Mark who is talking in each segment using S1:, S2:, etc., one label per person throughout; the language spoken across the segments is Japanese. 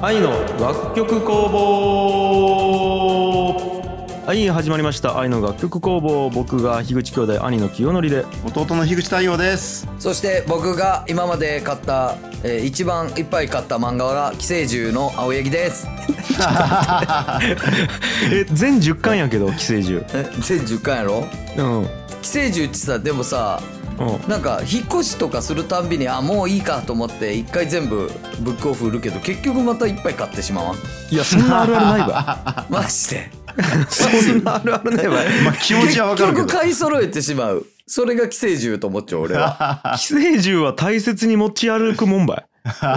S1: 愛の楽曲工房はい始まりました愛の楽曲工房僕が樋口兄弟兄の清則で
S2: 弟の樋口太陽です
S3: そして僕が今まで買った、えー一番いっぱい買った漫画が寄生獣の青柳です。
S1: え全10巻やけど寄生獣
S3: え全10巻やろ
S1: うんうん
S3: 寄生獣ってさでもさなんか引っ越しとかするたんびにあもういいかと思って一回全部ブックオフ売るけど結局またいっぱい買ってしまわん
S1: いや そんなあるあるないわ
S3: マジで
S1: そんなあるあるないわ
S2: まあ 気持ちはわかるけど
S3: 結局買い揃えてしまうそれが寄生獣と思っちゃう俺は
S1: 寄生獣は大切に持ち歩くもんばい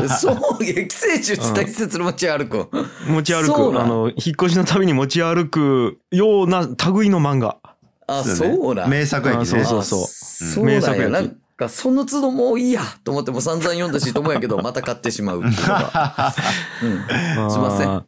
S3: そういや寄生獣って大切に持ち歩くん
S1: 持ち歩
S3: そうな
S1: く
S3: ん
S1: あの引っ越しのたびに持ち歩くような類の漫画
S3: あそうなん
S2: 名作駅ね
S1: あそうそう
S3: あそう
S1: 名
S3: なん
S1: 作
S3: や。
S1: やき
S3: なんか、その都度もういいやと思っても散々読んだし、ともやけど、また買ってしまうっていうのが。う ん。
S1: す
S3: すいませんあ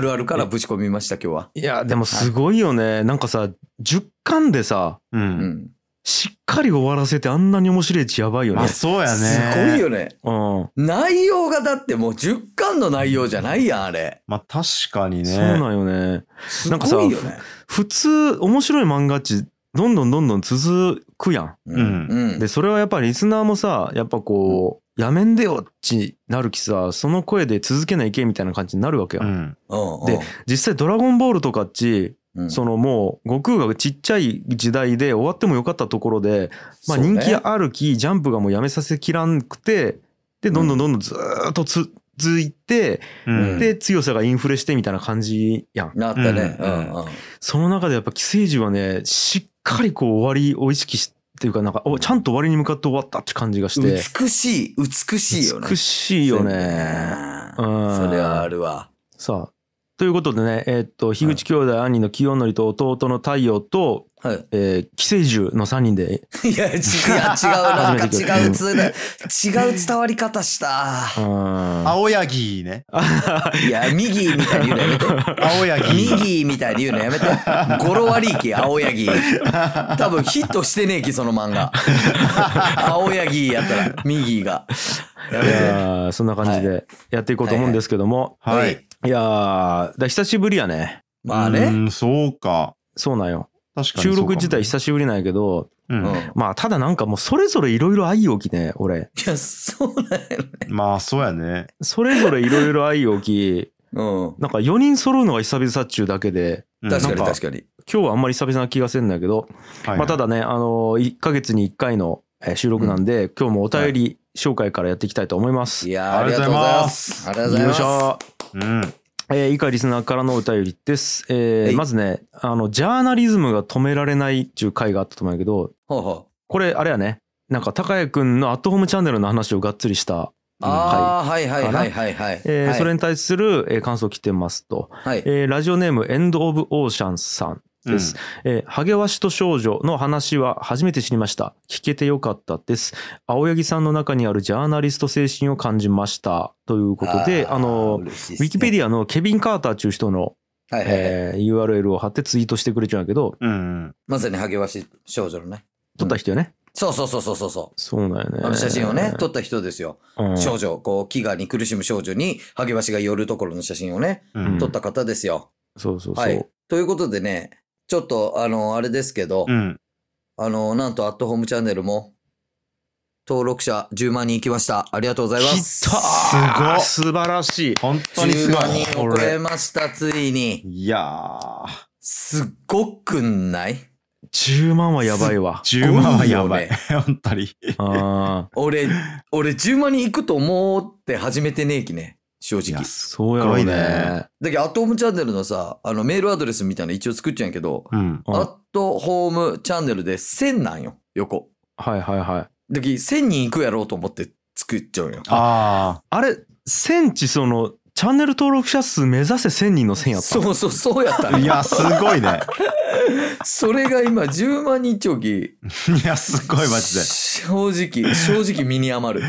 S3: るあるからぶち込みました、今日は。
S1: いやでもすごいよねなんかさ10巻でさ
S2: う
S3: うんん。
S1: しっかり終わらせてあんなに面白いやつやばいよ
S2: まあ
S1: ね
S2: そうやね
S3: すごいよね。
S1: うん
S3: 内容がだってもう10巻の内容じゃないやん、あれ。
S2: まあ確かにね
S1: そうなんよね
S3: す
S1: なんかさ
S3: ごいよね。
S1: 普通面白い漫画っちどんどんどんどん続くや
S3: う
S2: うん
S3: うん
S1: んで。それはやっぱリスナーもさやっぱこうやめんでよっちなるきさその声で続けないけみたいな感じになるわけよ、
S2: うん
S3: うん
S1: で実際「ドラゴンボール」とかっち
S3: うん
S1: そのもう悟空がちっちゃい時代で終わってもよかったところで、まあ、
S3: そう
S1: 人
S3: ね
S1: 気あるき、ジャンプがもうやめさせきらんくてでどんどんどんどんずーっとつ続いて、
S2: うん
S1: で強さがインフレしてみたいな感じやん
S3: なったね。
S2: う
S3: うんんうん。
S1: その中でやっぱ寄生獣はねしっかりこう終わりを意識しっていうかなんかおちゃんと終わりに向かって終わったって感じがして
S3: 美しい、美しいよね。
S1: 美しいよ
S3: そう
S1: ね。うん
S3: それはあるわ。
S1: さあということでねえーっと樋口兄弟兄の清則と弟の太陽と、
S3: はい。
S1: えー寄生獣の3人で
S3: いや、違う、違う、なんか
S1: 初めて聞いた
S3: 違うつ、違う伝わり方した。
S1: うん
S2: 青柳ね
S3: いや、右みたいに言うのやめて。
S2: 青柳
S3: 右みたいに言うのやめて。語呂悪いき、青柳。多分ヒットしてねえき、その漫画。青柳やったら、右が。や
S1: い
S3: めて。
S1: やーそんな感じでやっていこうと思うんですけども、
S2: はい。
S1: いやーだ久しぶりやね
S3: まあ
S2: う
S3: ね。
S2: んそうか
S1: そうなんよ
S2: 確かに
S1: 収録自体
S2: 体
S1: 久しぶりなんやけど
S2: うん
S3: うん。い
S1: まあただなんかもうそれぞれいろいろ愛おきね俺
S3: や、そうなんや
S2: まあそうやね
S1: それぞれいろいろ愛おき
S3: うん。
S1: なんか4人揃うのが久々っちゅうだけで
S2: うん
S3: 確かに
S2: なん
S3: 確かに。
S1: 今日はあんまり久々な気がせんだけど、
S2: はい
S1: まあ、ただねあの1ヶ月に1回のえー収録なんで、今日もお便り紹介からやっていきたいと思います。
S3: い
S1: よ
S3: や、ありがとうございます。ありがと
S1: い
S3: うございます
S1: し。ょ
S2: うん
S1: えー、以下リスナーからのお便りです。えー
S3: はい
S1: まずね、あの、ジャーナリズムが止められないっていう回があったと思うんやけど、
S3: ほうほう
S1: これ、あれやね、なんか、高谷くんのアットホームチャンネルの話をがっつりした、
S3: あーはいはいはいはいはい。
S1: えー
S3: はい
S1: それに対する、えー感想来てますと、
S3: はい。
S1: えーラジオネーム、エンド・オブ・オーシャンさん。
S2: うん
S1: ですえー、励わしと少女の話は初めて知りました。聞けてよかったです。青柳さんの中にあるジャーナリスト精神を感じました。ということで、あの、ウィキペ
S3: デ
S1: ディアのケビン・カーターっていう人の
S3: ィはいはいはい。
S1: えー URL を貼ってツイートしてくれちゃうんやけど、
S2: うん
S3: まさに励まし少女のね。
S1: 撮った人よね。
S3: そうそうそうそうそうそ
S1: そうなんよね
S3: う。。あの写真をね、撮った人ですよ。
S1: うん、
S3: 少女、こう、飢餓に苦しむ少女に、励ましが寄るところの写真をね、
S2: う
S1: うん
S2: ん
S3: 撮った方ですよ。
S1: そうそうそう。
S3: はい。ということでね、ちょっと、あの、あれですけど、
S2: うん
S3: あの、なんと、アットホームチャンネルも、登録者10万人いきました。ありがとうございま
S1: 来
S3: す。
S1: たー
S2: すご
S1: 素
S2: っ
S1: 晴らしい。
S2: 本当にす
S3: 10
S2: ご
S3: 万
S2: い
S3: 人を超えました、ついに。
S2: いやー
S3: すっごくない
S1: 10万はやばいわ。
S2: 10万はやばい
S3: す。
S2: 本当に。
S1: ああ。
S3: 俺、俺10万人いくと思って始めてねえきね、正
S2: い
S3: 直
S2: や。
S1: そうやろう
S2: すごい
S1: ね
S2: ね。
S3: だけど、アットホームチャンネルのさ、あの、メールアドレスみたいなの一応作っちゃうんやけど、
S2: うん。
S1: うん
S3: アットホームチャンネルで1000なんよ、横。
S1: はいはいはい。
S3: だけど、1000人いくやろうと思って作っちゃうんよ。
S2: あ
S1: あれ、センチその、チャンネル登録者数目指せ1000人の1000やった。
S3: そうそう、そうやった
S2: あ。
S3: ん
S2: い
S3: よ。
S2: や、すごいね。
S3: それが今、10万人長期。
S2: いや、すごい、マジで。
S3: 正直、正直身に余る。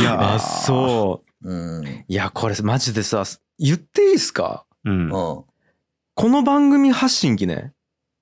S2: いや
S1: あ、そう。
S3: うん。うん。
S1: いや、これマジでさ、言っていいっすか
S2: うん。
S1: この番組発信機ね。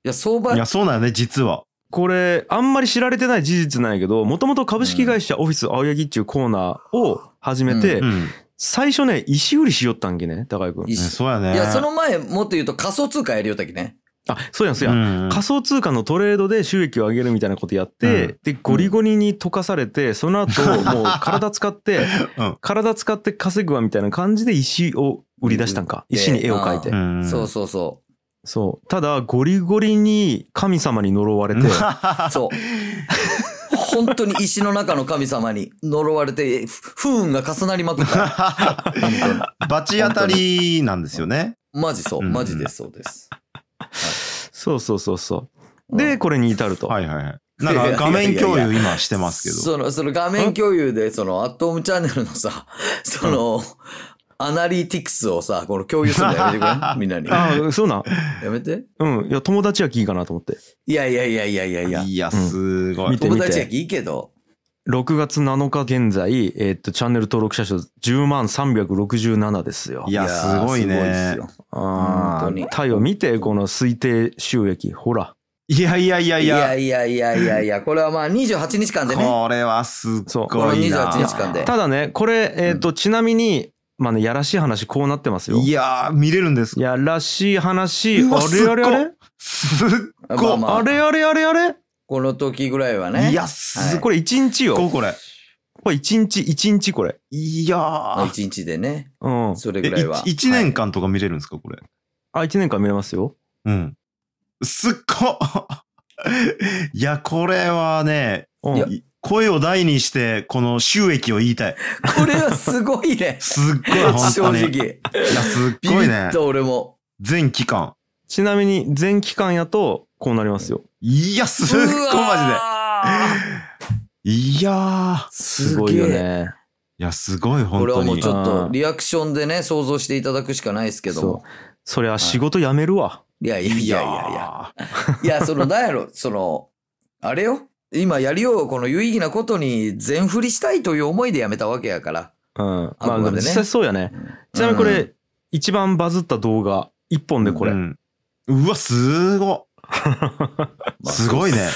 S3: いや、相場
S2: いや、、そうなのね、実は。
S1: これあんまり知られてない事実なんやけどもともと株式会社オフィス青柳っていうコーナーを始めて、
S2: うん。
S1: 最初ね、石売りしよったんけね、高井くん。
S3: い
S2: ねそうやね。
S3: いや、その前、もっと言うと仮想通貨やりよったきね。
S1: あ、そうやん、そうやん。
S2: うんうん
S1: 仮想通貨のトレードで収益を上げるみたいなことやって、
S2: うん
S1: でゴリゴリに溶かされてその 後もう体使って
S2: うん
S1: 体使って稼ぐわみたいな感じで石を売り出したんか
S3: うん
S1: 石に絵を描いて、
S2: うんうん
S3: そうそうそ
S1: そうただゴリゴリに神様に呪われて
S3: う。 そう。本当に石の中の神様に呪われて、ふ不運が重なりまくった。本当に
S2: バチ当たりなんですよね。
S3: マジそう。
S2: うん
S3: マジです。そうです。
S1: そうそうそうそう
S3: う
S1: で
S3: ん、
S1: これに至ると、
S2: はいはいはい。なんか画面共有今してますけど。
S3: その、その画面共有で、その、アットホームチャンネルのさ、その、アナリティクスをさ、この共有するのやめてく れんみんなに。や
S1: ああそうなん
S3: めて。
S1: うんいや友達はきいいかなと思って
S3: いやいやいやいやいやいや。
S2: いや、すごい。
S1: 見て
S3: 友達やきいいけど。
S1: 6月7日現在、えーっとチャンネル登録者数10万367ですよ
S2: いや、すごい
S3: や
S2: ね
S3: すご。いっすよ
S1: あ
S3: 本当
S1: ー
S3: に
S1: 太陽見てこの推定収益ほら
S2: いやいやいやい
S3: いや
S2: や、
S3: いやいやいやいや、これはまあ28日間でね。
S2: これはすっ
S1: そう
S3: この
S2: ごいな。
S3: 28日間で。
S1: ただねこれ、えーとちなみに、まあね、やらしい話こうなってますよ。
S2: いやー、見れるんですか
S1: やらしい話
S2: うわ
S1: あれあれあ
S2: す
S1: れ
S2: っすっ
S3: まあま
S2: ご
S1: あれあれあれあれ
S3: この時ぐらいはね。
S2: い。いや、す
S3: は
S2: っ
S3: い
S1: これ一日よ。
S2: ごい
S1: こ
S2: これ。
S1: れ一日一日これ。
S2: いや
S3: まあ
S2: ー。
S3: 一日でね。
S1: うん。
S3: それ
S2: え、
S3: ぐらいは。
S2: 1年間とか見れるんですかこれ。
S1: あ一年間見れますよ。
S2: うん。すっごい や、これはね、
S1: うん、
S3: いや
S2: い声を大にして、この収益を言いたい。。
S3: はいこれはすごいね
S2: すっご い、 本
S3: 正
S2: 当に。い
S3: 直。
S2: や、すっ
S3: ビ
S2: ご
S3: ビ
S2: いね
S3: っ。と俺も。
S2: 全期間。
S1: ちなみに全期間やとこうなりますよ。
S2: いや、すっごい、マ
S3: マジで。
S2: ジで。いやー。
S1: す
S3: す
S1: ご
S3: ご
S1: い
S3: い
S1: よ
S3: よね。
S1: ね。
S2: いや、すごい、
S3: こ
S2: 本
S3: れは
S2: 当
S3: もう
S2: に
S3: ち。ょっ
S1: う
S3: と
S1: ん
S3: リアクションでね、想像していただくしかないですけども
S1: そ。そりゃ仕事辞めるわ。
S3: いやいやいやいやいや。いや、その、なんやろ、その、あれよ。今やりよう、この有意義なことに全振りしたいという思いでやめたわけやから。
S1: うん。ま
S3: あくま
S1: あ
S3: でね
S1: でも実際そうやね。ちなみにこ
S3: うん
S1: れ一番バズった動画一本でこれ。
S2: うんうわ、すごい。
S3: まあ
S2: すごいね。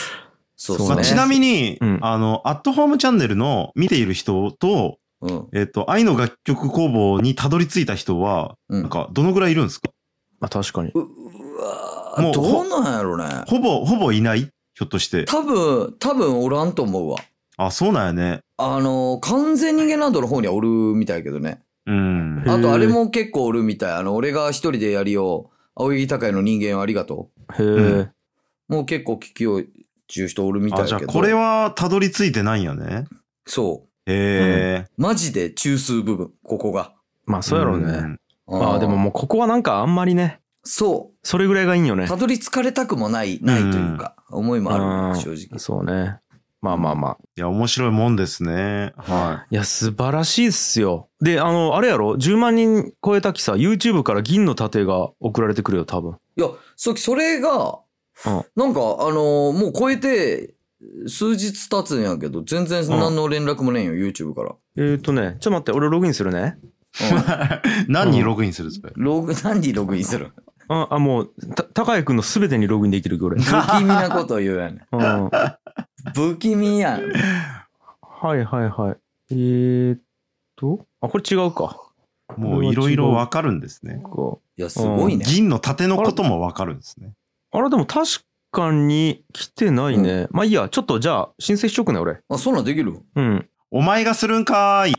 S3: そう
S1: そう
S3: そ
S2: ま
S3: う
S2: あ
S3: ね。
S2: ちなみに
S1: うん、
S2: あの、アットホームチャンネルの見ている人と、
S3: うん。
S2: えっと、愛の楽曲工房にたどり着いた人は、
S3: うん
S2: なんか、どのぐらいいるんですか
S1: まあ確かに。
S3: ううわ
S2: も
S3: ー
S2: う
S3: どうなんやろね。
S2: ほぼ、ほぼいないひょっとして。
S3: 多分、多分おらんと思うわ。
S2: あ、そうなんやね。
S3: あの、完全人間ランドの方にはおるみたいやけどね。
S2: うん
S1: へ。
S3: あ
S1: ー
S3: と、あれも結構おるみたい。あの、俺が一人でやりよう。青柳高いの人間ありがと
S1: へ
S2: う
S1: え。
S3: う。もう結構聞きよう、ちゅう人おるみたい
S2: あ、
S3: や
S2: じ
S3: け
S2: ゃ
S3: ど
S2: あ、。これはたどり着いてないんやね。
S3: そう。
S2: へえ。
S3: マジで中枢部分、ここが。
S1: まあそうやろうね。
S2: ん。
S1: まあでももうここはなんかあんまりね、
S3: そ
S1: それぐらいがいいんよ
S3: う。
S1: ね
S3: た。どり着かれたくもない、ないというか、思いもあ
S1: うん
S3: る、正直。
S1: そうね。まあまあまあ。
S2: いや、面白いもんですね。はい
S1: や、素晴らしいっすよ。で、あの、あれやろ ?10 万人超えたきさ、YouTube から銀の盾が送られてくるよ、多分。
S3: いや、そ、それが、
S1: うん
S3: なんか、あのーもう超えて、数日経つんやけど、全然何の連絡もねえよ、YouTube から。
S1: えっ、ー、とね、ちょっと待って、俺ログインするね。
S2: い。何にログインするそれ。
S3: ログ、何にログインする
S1: あ、あもう、た、高谷くんの全てにログインできるけど、俺。
S3: 不気味なこと言うやん。
S1: うん。はい
S3: 不気味やん。
S1: はいはい。えー、っと、あ、これ違うか。
S2: もういろいろわかるんですね。
S1: こう
S3: いや、すごいね。
S2: 銀の盾のこともわかるんですね。
S1: あれ、でも確かに来てないね。まあいいや、ちょっとじゃあ、申請しとくね、俺。
S3: あ、そんなんできる
S1: うん。
S2: お前がするんかーい。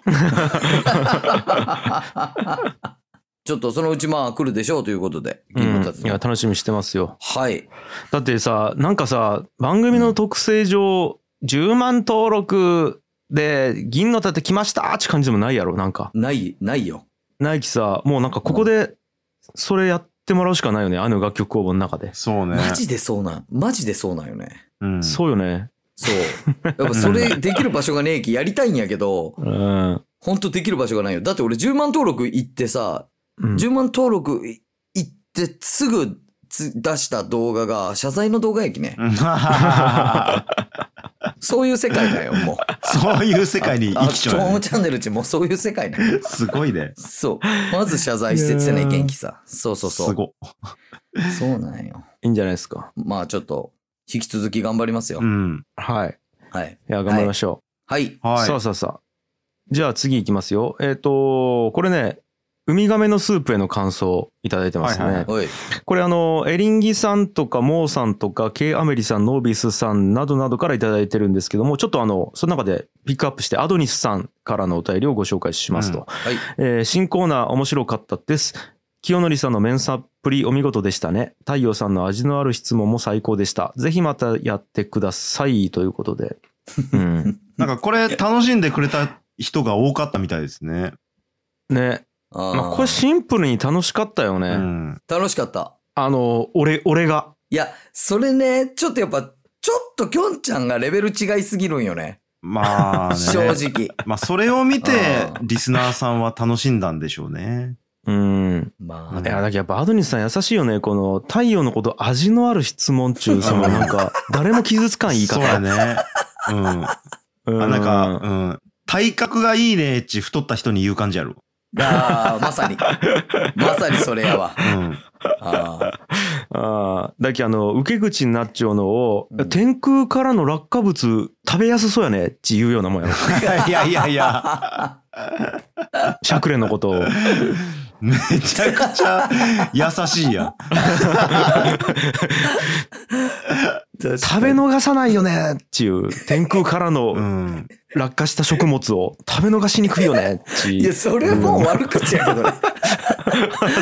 S3: ちょっとそのうちまあ来るでしょうということで、
S1: うん、
S3: 銀の
S1: い
S3: 盾
S1: や、楽しみにしてますよ。
S3: はい。
S1: だってさなんかさ番組の特性上、10万登録で銀の盾来ましたって感じでもないやろなんか
S3: ない、ないよ。
S1: ナイキさもうなんかここでそれやってもらうしかないよねあの楽曲工房の中で、
S2: そうね。
S3: マジでそうなん、マジでそうなんよね。
S2: うん。
S1: そうよね
S3: そう。やっぱそれできる場所がねえきやりたいんやけど、
S1: うん、
S3: ほんとできる場所がないよ。だって俺10万登録行ってさ、
S1: うん
S3: 10万登録行ってすぐつ出した動画が謝罪の動画やきね。そういう世界だよ、もう。
S2: そういう世界に
S3: あ
S2: 生
S3: っ
S2: きち
S3: ち
S2: ゃう
S3: ょ
S2: よ
S3: う
S2: ね。
S3: チャンネルちもうそういう世界だ よ。
S2: すごいね。
S3: そう。まず謝罪してせないけんきさ。そうそうそ
S2: す
S3: う。
S2: ご。
S3: そうなんよ。
S1: いいんじゃないですか
S3: まあちょっと、引き続き頑張りますよ。
S2: うん。
S1: はい
S3: はい。
S1: いや頑張りましょ
S3: はい。
S1: う、
S2: はい
S1: さあ。さあさあじゃあ次いきますよ。えっ、と、これね、ウミガメのスープへの感想いただいてますね。
S2: はいはい
S3: おい。
S1: これあの、エリンギさんとか、モーさんとか、ケイアメリさん、ノービスさんなどなどからいただいてるんですけども、ちょっとあの、その中でピックアップして、アドニスさんからのお便りをご紹介しますと。
S3: はい。
S1: えー新コーナー面白かったです。清則さんのメンサっぷりお見事でしたね。太陽さんの味のある質問も最高でした。ぜひまたやってください。ということで。うん、
S2: なんかこれ楽しんでくれた人が多かったみたいですね。
S1: ね。
S3: あー
S1: まあ、これシンプルに楽しかったよね。
S2: うん。
S3: 楽しかった。
S1: あの、俺、俺が。
S3: いや、それね、ちょっとやっぱ、ちょっときょんちゃんがレベル違いすぎるんよね。
S2: まあね。
S3: 正直。
S2: まあそれを見て
S3: う、
S2: リスナーさんは楽しんだんでしょうね。
S1: うん。
S3: ま
S1: い
S3: あ
S1: や、
S3: ね
S1: だからやっぱアドニスさん優しいよね。この太陽のこと味のある質問中、そのなんか、誰も傷つかん言い
S2: そう
S1: 方。
S2: だね。うん。あ、
S1: うん
S2: なんか、うん。体格がいいねっち太った人に言う感じやろ。
S3: あーまさに。まさにそれやわ
S2: う。ん。
S1: あ
S3: あ
S1: あ、だけあの、受け口になっちゃうのを、
S3: うん
S1: 天空からの落下物食べやすそうやねっていうようなもんやろ。
S2: いやいやいやいや。
S3: ー
S1: シャクレのことを。
S2: めちゃくちゃ優しいやん。
S1: 食べ逃さないよねっていう、天空から
S2: う
S1: の
S2: ん。
S1: 落下した食物を食べ逃しにくいよねって
S3: い
S1: い
S3: や、
S1: う。
S3: それはもう悪口やけ どね。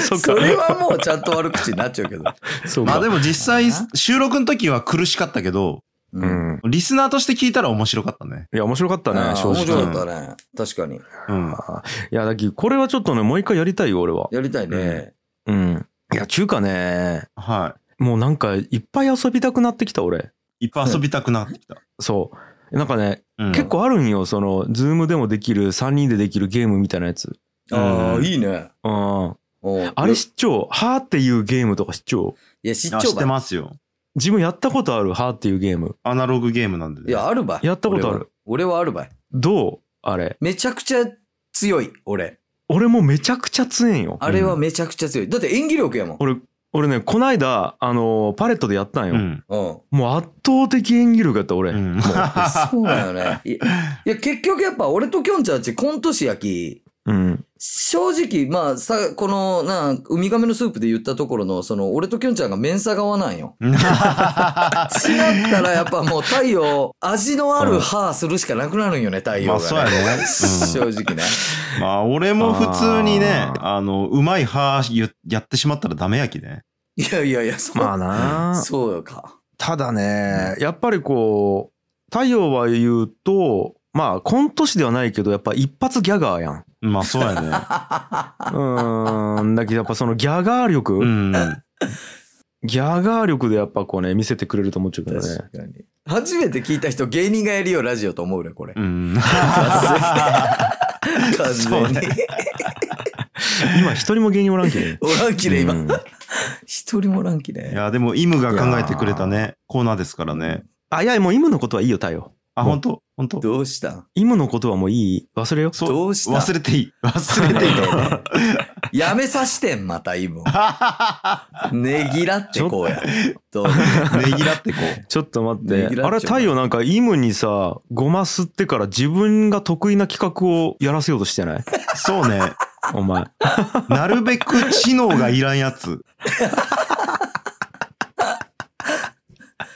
S1: そっ
S3: そ
S1: か。
S3: れはもうちゃんと悪口になっちゃうけど。
S1: そう
S2: ま
S1: か
S2: あで。も実際収録の時は苦しかったけど、
S1: う。ん。
S2: リスナーとして聞いたら面白かったね。
S1: いや、面白かった
S3: あ
S1: ね、
S3: ー
S1: 正
S3: 面
S1: 直。
S3: 白かったね。確かに。
S2: うん。
S1: いや、だけどこれはちょっとね、もう一回やりたいよ、俺は。
S3: やりたいね。
S1: うん。いや、中華ね、
S2: は
S1: もうなんか、いっぱい遊びたくなってきた、俺。
S2: い。いっぱい遊びたくなってきた。
S1: そう。なんかね、
S2: うん
S1: 結構あるんよ、その、ズームでもできる、3人でできるゲームみたいなやつ。
S2: うん
S3: ああ、いいね。
S1: うん。
S3: おう
S1: あれ知っちょうはーっていうゲームとか知っちょう
S3: いや、知っ
S2: あ
S3: ち
S2: 知
S3: ょ
S2: っ
S3: う
S2: て
S3: ば
S2: ますよ。
S1: 自分やったことあるはーっていうゲーム。
S2: アナログゲームなんでね。
S3: い。いや、あるばい。
S1: やったことある
S3: 俺は。俺はあるばい。
S1: どうあれ。
S3: めちゃくちゃ強い、俺。
S1: 俺もめちゃくちゃ強えんよ。
S3: あれはめちゃくちゃ強い。だって演技力やもん。
S1: 俺、俺ね、こないだ、あのーパレットでやったんよ。
S2: うん。
S3: うん。
S1: もう圧倒的演技力やった、俺。
S2: うん
S1: も
S3: そうだよね。いいや、結局やっぱ俺ときょんちゃんちコント師焼き、
S1: ううん。
S3: 正直、まあ、さ、この、なあ、ウミガメのスープで言ったところの、その、俺ときょんちゃんがメンサ側な んよ。違ったらやっぱもう太陽、味のある歯するしかなくなるんよね、太陽が、
S2: まあそうやね。
S3: 正直ね。
S2: うんまあ俺も普通にね
S1: あ、ー
S2: あの、うまい歯ややってしまったらダメやきね。
S3: いやいやいや、そう、
S1: まあなー
S3: そうよか。
S1: ただね、やっぱりこう、太陽は言うと、まあ、コント師ではないけど、やっぱ一発ギャガーやん。
S2: まあそうや ね。
S1: うーん、だけどやっぱそのギャガー力、
S2: うん。
S1: ギャガー力でやっぱこうね、見せてくれると思っちゃうけどね。
S3: かに。初めて聞いた人、芸人がやるよ、ラジオと思うね、これ
S2: う。ん。
S3: 完
S2: そう
S3: 全に
S2: ね。
S1: 今一人も芸人おらんけ ど。
S3: おらんきね、
S1: う
S3: 今。
S1: ん
S3: 一人もおらんき
S2: い
S3: ね。
S2: や、でも、イムが考えてくれたね、コーナーですからね。
S1: あ、いや、もうイムのことはいいよ、太陽。
S2: あ、本当本当
S3: どうしたん
S1: イムのことはもういい忘れよう。
S2: そう
S3: どうしたん
S2: 忘れていい。忘れていいと思う。
S3: やめさしてん、またイブ を。ねぎらってこうや。どう
S2: ねぎらってこう。
S1: ちょっと待っ
S3: ね
S1: て。
S3: ぎらっちゃう
S1: あれ、太陽なんかイムにさ、ごま吸ってから自分が得意な企画をやらせようとしてない
S2: そうね。
S1: お前。
S2: なるべく知能がいらんやつ。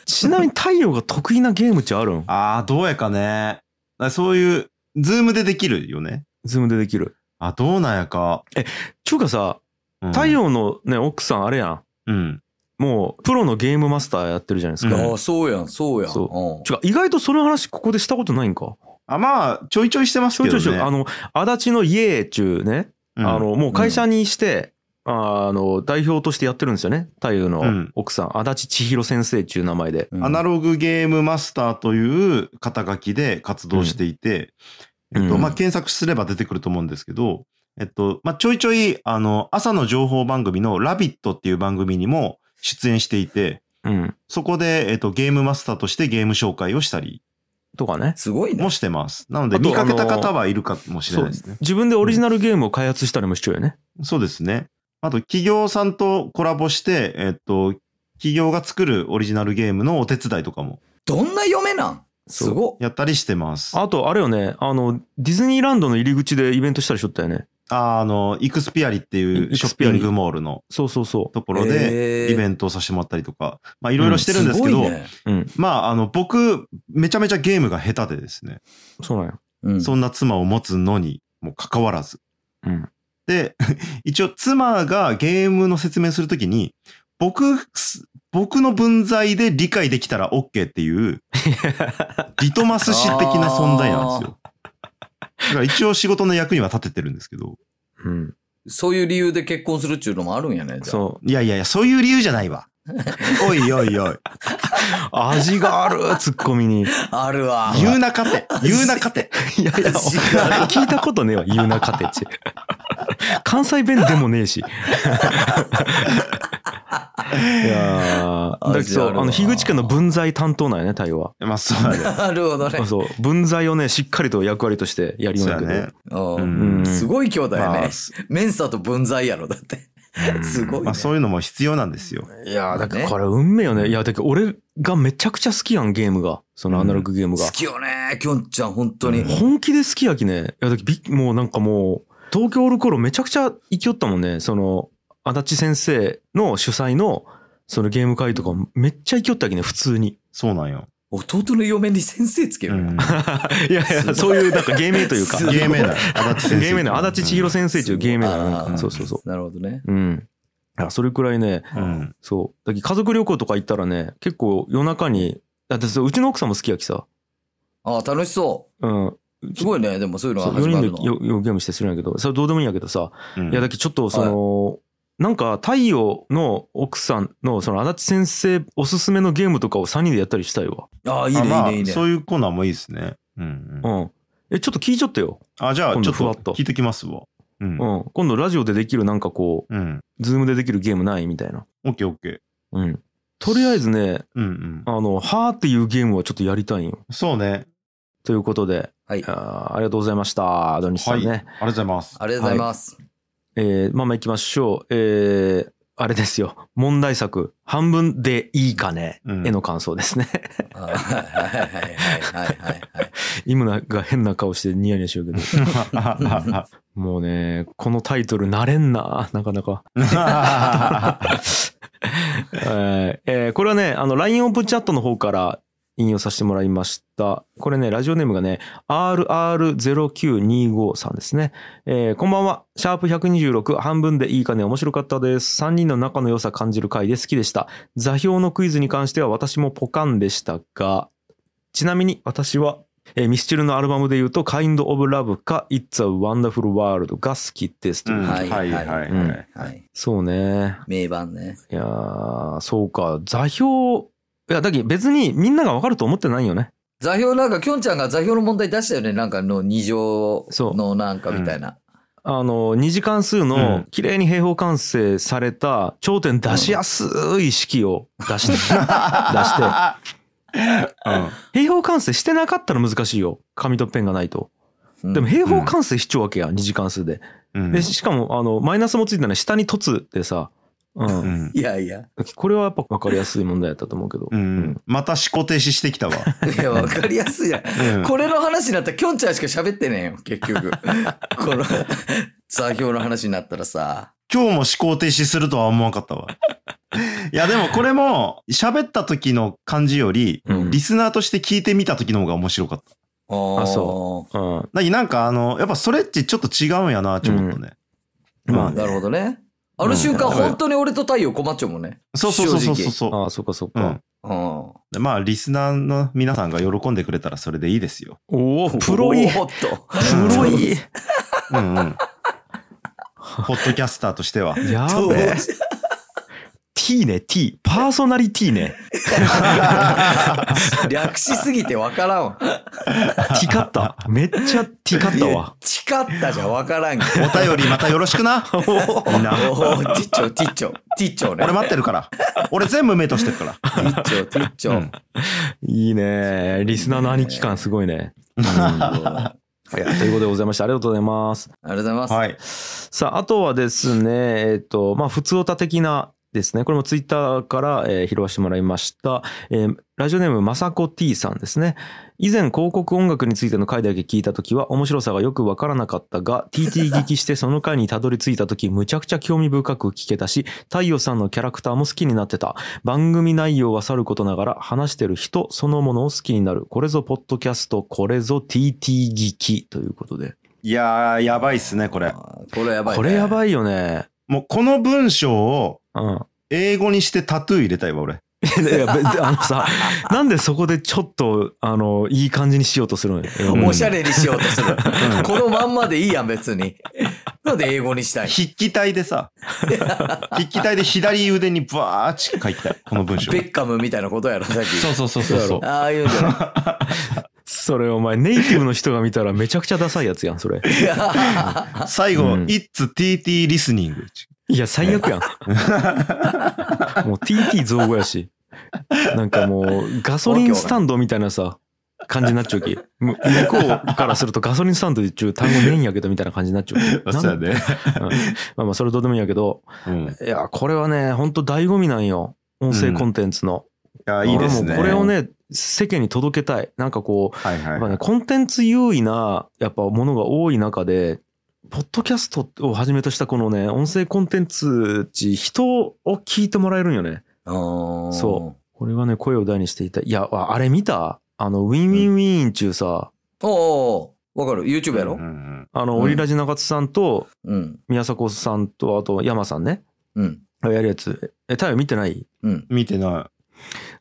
S1: ちなみに太陽が得意なゲームっちゃあるん
S2: ああ、どうやかね。だそういう、ズームでできるよね。
S1: ズームでできる。
S2: あ、どうなんやか。
S1: ちゅうかさ、
S2: うん
S1: 太。陽のね、奥さんあれやん。
S2: うん。
S1: もう、プロのゲームマスターやってるじゃないですか。
S2: うん
S3: ああ、そうやん、そうやん。
S1: そ
S3: うん
S1: 違う意外とその話ここでしたことないんか。
S2: あ、まあ、ちょいちょいしてます
S1: ちょ
S2: け
S1: いち
S2: ど
S1: ょ
S2: ね。
S1: いちょい、あの、足立のイエーちゅうね、
S2: うん
S1: あ、の、もう会社にして、あの、代表としてやってるんですよね。太陽の
S2: うん
S1: 奥さん、足立千尋先生ちゅう名前で。
S3: うん
S2: アナログゲームマスターという肩書きで活動していて、
S1: うん
S2: えっと、
S1: うん
S2: まあ、検索すれば出てくると思うんですけど、えっと、まあ、ちょいちょい、あの、朝の情報番組のラビットっていう番組にも出演していて、
S1: うん。
S2: そこで、えっと、ゲームマスターとしてゲーム紹介をしたり
S1: とかね。
S3: すごいね
S2: も。してます。なので、
S1: あと
S2: 見かけた方はいるかもしれないですね。
S1: 自分でオリジナルゲームを開発したりもしちゃうよね。
S2: そうですね。あと、企業さんとコラボして、えっと、企業が作るオリジナルゲームのお手伝いとかも。
S3: どんな嫁なんすごっ
S2: やったりしてます。あ
S1: あと、あれよね、あの、ディズニーランドの入り口でイベントしたりしとったよね。
S2: あの、イクスピアリってい
S1: イ
S2: う
S1: イ
S2: シ
S1: ク
S2: ョ
S1: ス
S2: ッ
S1: ピ
S2: ピ
S1: アリ
S2: ングモールの
S1: そうそうそ
S2: ところで、イベ
S3: ン
S2: ントをさせてもらったりとか、まあいろいろしてるんですけど、
S1: う。うん。
S2: まああの、僕、めちゃめちゃゲームが下手でですね、
S1: そうなんや。
S2: そんな妻を持つのにもかかわらず。
S1: うん。
S2: で、 一応妻がゲームの説明するときに、僕、僕の分際で理解できたら OK っ ていう、リトマス紙的な存在なん ですよ。だから一応仕事の役には立ててるんですけど、
S1: うん。
S3: そういう理由で結婚するっちゅうのもあるんやね。じゃあ
S1: そう。
S2: いやいやいや、そういう理由じゃないわ。おいおいおい。
S1: 味があるツッコミに。い
S3: あるわ。
S2: 言うなかて。言うなかて。
S1: やいや、 聞いたことねえわ、言うなかてち。関西弁でもねえ し。いやーだけどそう、あの、樋口家の分際担当なんやね、タイは。
S2: まあそうだね。
S3: なるほどね。
S1: そう、分際をね、しっかりと役割としてやりよ
S2: そううん
S1: やけど。
S2: だね。
S3: う
S2: うんん。
S1: うん
S3: すごい兄弟や
S2: ま
S3: ね
S2: あ。す
S3: メンサと分際やろ、だって。
S1: うん
S3: すごい
S2: まあそういうのも必要なんですよ。
S1: いやーだから
S3: ね
S1: これ運命よね。いや、だけど俺がめちゃくちゃ好きやん、ゲームが。そのアナログゲームが
S3: 好。きよね、きょんちゃん、本当に。
S2: うん
S1: 本気で好きやきね。いや、だけどびもうなんかもう、東京おる頃めちゃくちゃ行きよったもんね。その、足立先生の主催の、そのゲーム会とかめっちゃ行きよったきね、普通に。
S2: そうなんよ。
S3: 弟の嫁に先生つけ
S2: う
S3: るよ。
S2: ん。
S1: いやいや、そういうなんか芸名というか。
S3: すごい
S2: 芸名だ。足立先生。
S1: 芸名な、足立千尋先生という芸名だな。なん
S3: あ
S1: か
S3: ー
S1: そうそうそ
S3: なるほどね。
S1: う。うん。いや、それくらいね、
S2: うん。
S1: そう。だけど家族旅行とか行ったらね、結構夜中に、だってそううちの奥さんも好きやきさ。
S3: ああ、楽しそ
S1: うん。
S3: う。すごいね、でもそういうの
S1: そ
S3: が
S1: う
S3: 始ま
S1: 4
S3: る
S1: 人
S3: の
S1: で。よよゲームしてするんやけどそれどうでもいいんやけどさ、
S2: うん
S1: いやだけどちょっとその、なんか太陽の奥さんのその足立先生おすすめのゲームとかを3人でやったりしたいわ
S3: ああ、いい
S2: あ
S3: ね、いい
S2: まあ
S3: ね、いいね。
S2: そういうコーナーもいいですね。うん
S1: う。んえちょっと聞いちゃったよ、
S2: あ、じゃあ
S1: 今
S2: ち
S1: 度
S2: ょっ
S1: ふわ
S2: と
S1: っと
S2: 聞いてきますわ。うん
S1: う。ん今度ラジオでできるなんかこ
S2: うん。
S1: うズームでできるゲームないみたいな
S2: オッケーオッケー。
S1: うんとりあえずね
S2: うんうん。
S1: あの「はー」っていうゲームはちょっとやりたいんよ
S2: そうね。
S1: ということで
S3: はい。あ
S1: あーありがとうございましたアドニスさんね、
S2: はい。ありがとうございます。
S3: りがとうございます。
S1: えー、まあまあいきましょうえー、あれですよ問題作半分でいいかね、
S2: うん
S1: へ の感想ですね
S3: あーはいはいはいはいはいはい。
S1: 今が変な顔してニヤニヤしようけどもうねこのタイトル慣れんななかなか、 えー えーこれはねあの LINE オープンチャットの方から引用させてもらいましたこれねラジオネームがね RR0925 さんですね、えーこんばんはシャープ126半分でいいかね面白かったです3人の仲の良さ感じる回で好きでした座標のクイズに関しては私もポカンでしたがちなみに私はえーミスチルのアルバムで言うと、Kind of Love か It's a Wonderful World が好きですと
S2: う
S1: いう。
S2: ん
S3: は
S2: はいい
S3: は
S2: はいい
S1: うん
S2: は
S3: はい。
S1: そうね。
S3: 名盤ね。
S1: いやーそうか。座標、いや、だけど別にみんながわかると思ってないよね。
S3: 座標なんか、きょんちゃんが座標の問題出したよね。なんかの二乗
S1: そう
S3: のなんかみたいな。
S1: あの、二次関数
S2: う
S1: の
S2: ん
S1: 綺麗に平方完成された頂点出しやすい式を出して、出 して。
S2: い。うん。
S1: 平方完成してなかったら難しいよ。紙とペンがないと。
S3: うん
S1: でも平方完成しちゃうわけや、二次関数で。
S2: うん
S1: で、しかも、あの、マイナスもついてない下に凸でさ、うん
S2: う。ん
S3: いやいや。
S1: これはやっぱ分かりやすい問題だったと思うけど。
S2: うん、また思考停止してきたわ。
S3: いや、わかりや すいじゃん。
S2: うん
S3: これの話になったら、きょんちゃんしか喋ってねえよ、結 局。この、座標の話になったらさ。
S2: 今日も思考停止するとは思わなかったわ。いや、でもこれも喋った時の感じより、
S1: うん
S2: リスナーとして聞いてみた時の方が面白かった。
S3: あ
S1: そうん。
S2: だけどなんかあの、やっぱそれってちょっと違うんやな、ちょっとね。
S1: うん
S2: まあ
S1: う
S2: ね
S3: なるほどね。あの瞬間、
S2: うん
S3: 本当に俺と太陽困っちゃうもんね。
S2: そうそうそうそうそう
S3: 正
S2: そ
S1: ああ、そっかそっ
S2: う。う
S1: か
S2: ん。。
S3: うん。
S2: でまあ、リスナーの皆さんが喜んでくれたらそれでいいですよ。
S1: おお、プロい
S3: おーっと。
S1: プロい
S2: うんうん。 ポッドキャスターとしては。
S1: や
S3: どう
S1: べえ。T ね、T。パーソナリティ ね。
S3: 略しすぎてわから んわ。
S1: ティカった。めっちゃティカったわ。
S3: チカったじゃわからんけ
S2: お便りまたよろしく な。みんな。
S3: ど。おーティッチョ、ティッチョ、ティッチョね。
S2: 俺待ってるから。俺全部目としてるから。
S3: テ ィッチョ、ティッチョ。
S2: うん
S1: いいね。リスナーの兄貴感すごいね。うんい
S3: あ
S1: やということでございました。ありがとうございます。
S3: りがとうございます。
S2: はい。
S1: さあ、あとはですね、えっと、まあ、普通オタ的なですね。これもツイッターから、えー拾わせてもらいました。えーラジオネーム、まさこ T さんですね。以前広告音楽についての回だけ聞いたときは面白さがよくわからなかったが、TT 聞きしてその回にたどり着いたときむちゃくちゃ興味深く聞けたし、太陽さんのキャラクターも好きになってた。番組内容はさることながら話してる人そのものを好きになる。これぞポッドキャスト、これぞ TT 聞きということで。
S2: いやー、やばいっすね、これ。
S3: あーこれやばい、ね。
S1: これやば
S3: い。
S1: いよね。
S2: もうこの文章を
S1: うん。
S2: 英語にしてタトゥー入れたいわ、俺。
S1: いやいや、べあのさ、なんでそこでちょっと、あの、いい感じにしようとする のよ。
S2: うん
S3: おしゃれにしようとする。
S2: うん
S3: このまんまでいいやん、別に。なんで英語にしたい
S2: 筆記体 でさ、筆記体で左腕にバーッチ書いてたい、こ の文章。
S3: ベッカムみたいなことやろ、さっき。
S2: そうそうそうそうそう。
S3: ああいうんじゃな
S1: それお前、ネイティブの人が見たらめちゃくちゃダサいやつやん、それ。
S3: いいや。
S2: 最後、
S1: うん
S2: It's TT Listening。
S1: いや、最悪 やん。もう TT 造語やし。なんかもう、ガソリンスタンドみたいなさ、感じになっちゃうき。む向こうからするとガソリンスタンドでちゅう単語ねえんやけどみたいな感じになっちゃうき。
S2: そうや
S1: なん
S2: ね。
S1: うんまあまあ、それどうでもいいんやけど、
S2: うん。い
S1: いや、これはね、ほんと醍醐味なんよ。音声コンテンツの。
S2: や、いいです
S1: 俺
S2: ね。
S1: もこれをね、世間に届けたい。なんかこう、
S2: は
S1: や
S2: い
S1: っ
S2: は
S1: ぱ
S2: い。
S1: ね、コンテンツ優位な、やっぱものが多い中で、ポッドキャストをはじめとしたこのね、音声コンテンツち、人を聞いてもらえるんよね。
S3: そ
S1: そこれはね、声を大にしていた。いや、ああれ見たあの、ウィンウィンウィン中さ、
S3: う。おうおうわかる ?YouTube やろ
S2: うんうん
S1: あの、
S3: うん
S1: オリラジ中津さんと、
S3: うん。
S1: 宮迫さんと、あと、山さんね、
S3: うん。
S1: やるやつ。え、太陽見てない
S3: うん。
S2: 見てな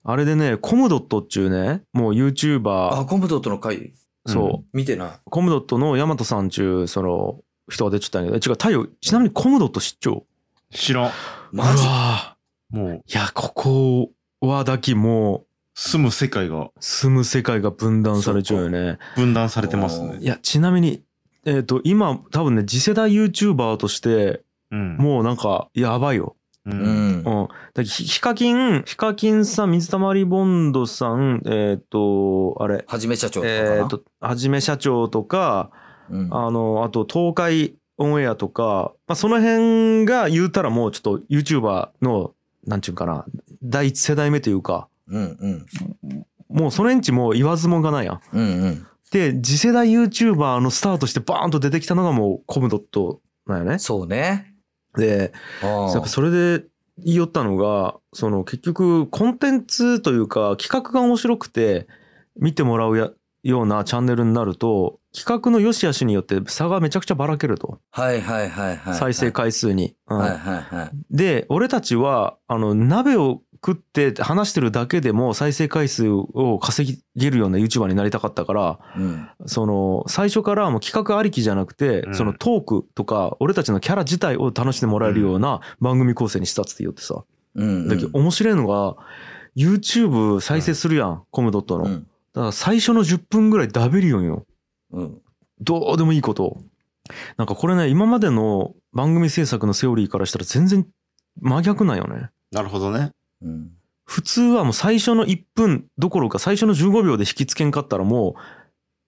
S1: あれでね、コムドットっちゅうね、もう
S3: あ、
S1: YouTuber、
S3: コムドットの回
S2: い。
S1: そう、
S3: 見てな
S1: コムドットの大和さんちゅう、その、人が出ちゃったんやけど、え違う、太陽、ちなみにコムドット出張
S2: うん。知らん。
S3: い。マジ
S1: うわ
S2: もう、
S1: ーいや、ここはだきも
S2: 住む世界が
S1: う、住む世界が分断されちゃうよね。
S2: 分断されてます
S3: う
S2: ね
S1: い。や、ちなみに、えっ、と、今、多分ね、次世代 YouTuber として、
S2: うん。
S1: もうなんか、やばいよ。
S2: う。
S3: うんん
S1: う。ん。だヒヒカキン、ヒカキンさん、水溜りボンドさん、えっ、と、あれ、
S3: はじめ社長とかな
S1: えっ、と、はじめ社長とか、
S3: うん
S1: あの、あと、東海オンエアとか、まあ、その辺が言うたらもうちょっと YouTuber の、なんちゅうんかな、第一世代目というか、
S3: うんうん。
S1: もうその辺ちもう言わずもがないやん。
S3: うんうん。
S1: で、次世代 YouTuber のスターとしてバーンと出てきたのがもうコムドットなんよね。
S3: そうね。
S1: で、
S3: あ
S1: やっぱそれで言いよったのが、その結局コンテンツというか企画が面白くて見てもらうやようなチャンネルになると、企画の良し悪しによって差がめちゃくちゃばらけると。
S3: はいはいはいはい。
S1: 再生回数に。うん
S3: はいはいはい。
S1: で、俺たちは、あの、鍋を食って話してるだけでも再生回数を稼げるような YouTuber になりたかったから、
S3: うん。
S1: その、最初からもう企画ありきじゃなくて、
S2: うん
S1: そのトークとか、俺たちのキャラ自体を楽しんでもらえるような番組構成にしたっつって言ってさ。
S3: うん。
S1: だけど、面白いのが、YouTube 再生するやん、コムドットの。
S3: う
S1: だか
S3: ん。
S1: ら最初の10分ぐらいダベリオンよ。
S3: うん。
S1: どうでもいいことを。なんかこれね、今までの番組制作のセオリーからしたら全然真逆なんよね。
S2: なるほどね。
S3: うん。
S1: 普通はもう最初の1分どころか最初の15秒で引きつけんかったらも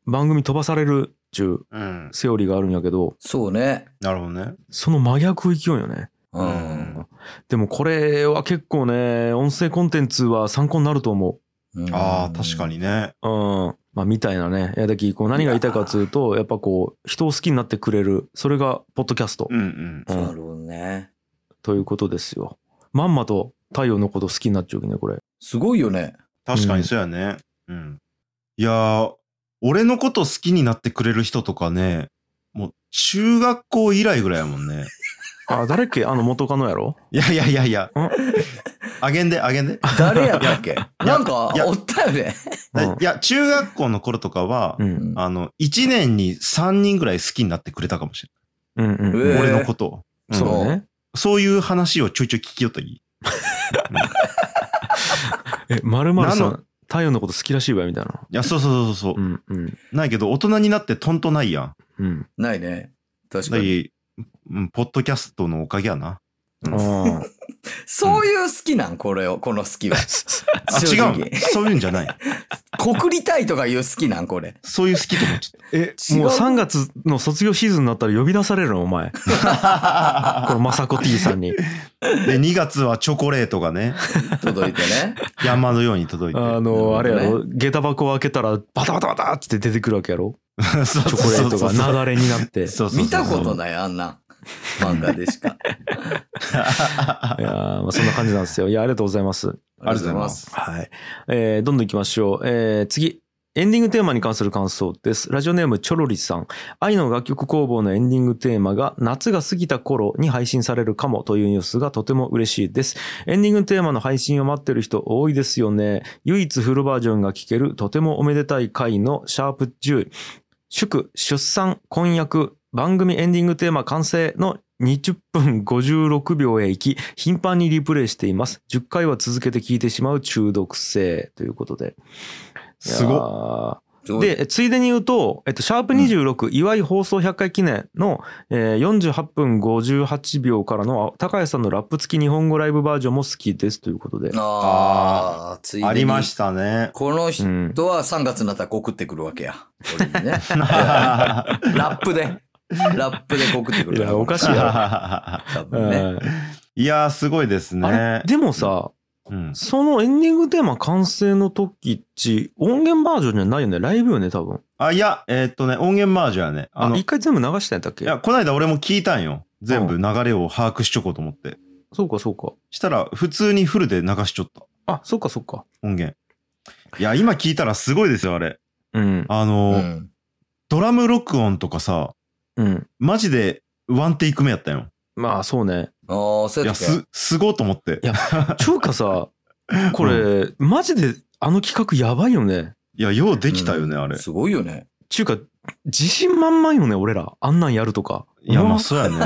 S1: う番組飛ばされるっちゅう
S2: うん。
S1: セオリーがあるんやけど、
S3: そうね。
S2: なるほどね。
S1: その真逆勢いよね。
S3: う。
S2: うん
S1: でもこれは結構ね、音声コンテンツは参考になると思
S3: うん
S2: ああ、確か。にね。
S1: う。うん。まあ、みたいなね。いや、だき、こう、何が言いたいかというと、やっぱこう、人を好きになってくれる。それが、ポッドキャスト
S2: う。んうん。
S1: うん
S3: なるほどね。
S1: ということですよ。まんまと太陽のこと好きになっちゃうけどね、これ。
S3: すごいよね。
S2: 確かにそうやね。うん。いやー、俺のこと好きになってくれる人とかね、もう中学校以来ぐらいやもんね。
S1: あ、誰っけあの元カノやろ
S2: いやいやいやいや
S1: ん。
S2: あげんで、あげんで。
S3: 誰やったっけなんか
S2: い、や
S3: おったよね。
S1: うん
S2: いや、中学校の頃とかは、
S1: うん。
S2: あの、1年に3人ぐらい好きになってくれたかもしれ
S1: うんうんうん。
S3: へえ
S2: ない。俺のことを。うん
S1: そうだね。
S2: そういう話をちょいちょい聞きよったり。
S1: え、まるまるさ、
S2: なん
S1: 太陽のこと好きらしいわよ、みたいな。
S2: いや、そうそうそうそう。
S1: う
S2: うん
S1: うん
S2: ないけど、大人になってとんとないやん。
S1: うん。
S3: ないね。確か
S2: だ
S3: に。
S2: いうんポッドキャストのおかげやな。
S1: ああ。
S3: そういう好きなんこれを、この好きは。
S2: あ、違
S3: 正直
S2: うの。そういうんじゃない。
S3: 告りたいとかいう好きな んこれ。
S2: そういう好きと思っちゃっ
S1: え
S3: 違う
S1: もう3月の卒業シーズンになったら呼び出されるのお前このまさ こ T さんに
S2: た。で、2月はチョコレートがね、
S3: 届いてね。
S2: 山のように届い て。
S1: あ
S3: ほどね
S1: のあれやろ下駄箱を開けたらバタバタバタって出てくるわけやろ
S2: チ
S1: チョコレートが
S2: 長
S1: 流れになって
S2: そうそうそう
S3: 見たことない、あんな。漫画でし か。
S1: いやーまあそんな感じなんですよいやありがとうございます
S2: ありがとうございます。
S1: はい。えーどんどん行きましょう。えー次。エンディングテーマに関する感想です。ラジオネームチョロリさん。愛の楽曲工房のエンディングテーマが夏が過ぎた頃に配信されるかもというニュースがとても嬉しいです。エンディングテーマの配信を待ってる人多いですよね。唯一フルバージョンが聴けるとてもおめでたい回のシャープ10。祝、出産、婚約、番組エンディングテーマ完成の20分56秒へ行き、頻繁にリプレイしています。10回は続けて聞いてしまう中毒性ということで。
S2: すごっ。
S1: っ。
S3: すごい
S1: で、えついでに言うと、えっと、シャープ26、祝い放送100回記念の、えー48分58秒からの、あ高谷さんのラップ付き日本語ライブバージョンも好きですということで。
S3: ああ、ついでに
S2: ありましたね。
S3: この
S1: う
S3: 人
S1: ん
S3: は3月になったら告ってくるわけや。俺にね
S2: い
S3: ラップで。ラップで告ってくる。
S1: いやおかしいや
S2: や
S3: 多分ね。
S2: いやー、すごいです
S1: うんあ
S2: ね
S1: れ。でもさ、
S2: うん
S1: そのエンディングテーマ完成の時っち、音源バージョンじゃないよね。ライブよね、多分。
S2: あ、いや、えーっとね、音源マージャーね。あ
S1: あ、
S2: の、い
S1: 一回全部流したんやったっけ
S2: や、こないだ俺も聞いたんよ。全部流れを把握しとこうと思って。
S1: そうか、そうか。
S2: したら、普通にフルで流しちょった。
S1: あ、そうか、そうか。
S2: 音源。いや、今聞いたらすごいですよ、あれ。
S1: うん。
S2: あの、
S3: うん
S2: ドラム録音とかさ、
S1: うん。
S2: マジでワンテイク目やったよ。
S1: まあ、そうね。
S3: ああ、そ
S2: い
S3: うや
S2: や、
S3: ったっけ
S2: す、すごいと思って
S1: い。や、ちゅうか さ、これ、
S2: う
S1: マジであの企画やばいよね。
S2: いや、ようできたよね、あれ。
S3: すごいよね。
S1: ちゅうか、自信満々よね、俺ら。あんなんやるとか。
S2: いや、ま
S1: だ
S2: あ、そうやね。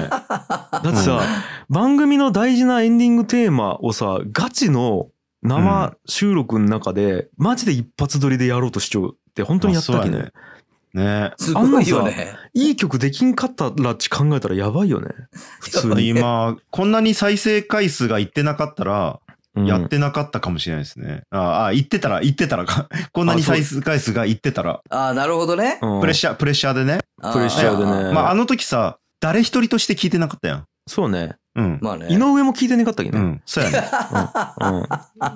S1: ってさ、番組の大事なエンディングテーマをさ、ガチの生収録の中で、マジで一発撮りでやろうとしちゃうって、本当にやったっけ
S2: まあ
S1: ね。
S2: そうや ね。
S3: すごいよね。
S1: いい曲できんかったらっち考えたらやばいよね。普通
S2: ね。
S1: に。
S2: 今、こんなに再生回数がいってなかったら、
S1: うん
S2: やってなかったかもしれないですね。ああ、言ってたら、言ってたら か。こんなに再生回数がいってたら、
S3: ああ、なるほどね。
S1: うん
S2: プレッシャー、プレッシャーでね。
S3: プ
S1: プレッシャーでねうん
S2: まあ、あの時さ、誰一人として聞いてなかったやん。
S1: そうね。
S2: うん。
S3: まあね。
S1: 井上も聞いてなかったっけ
S2: う
S1: ね。
S2: ん。そうやね。
S1: うん。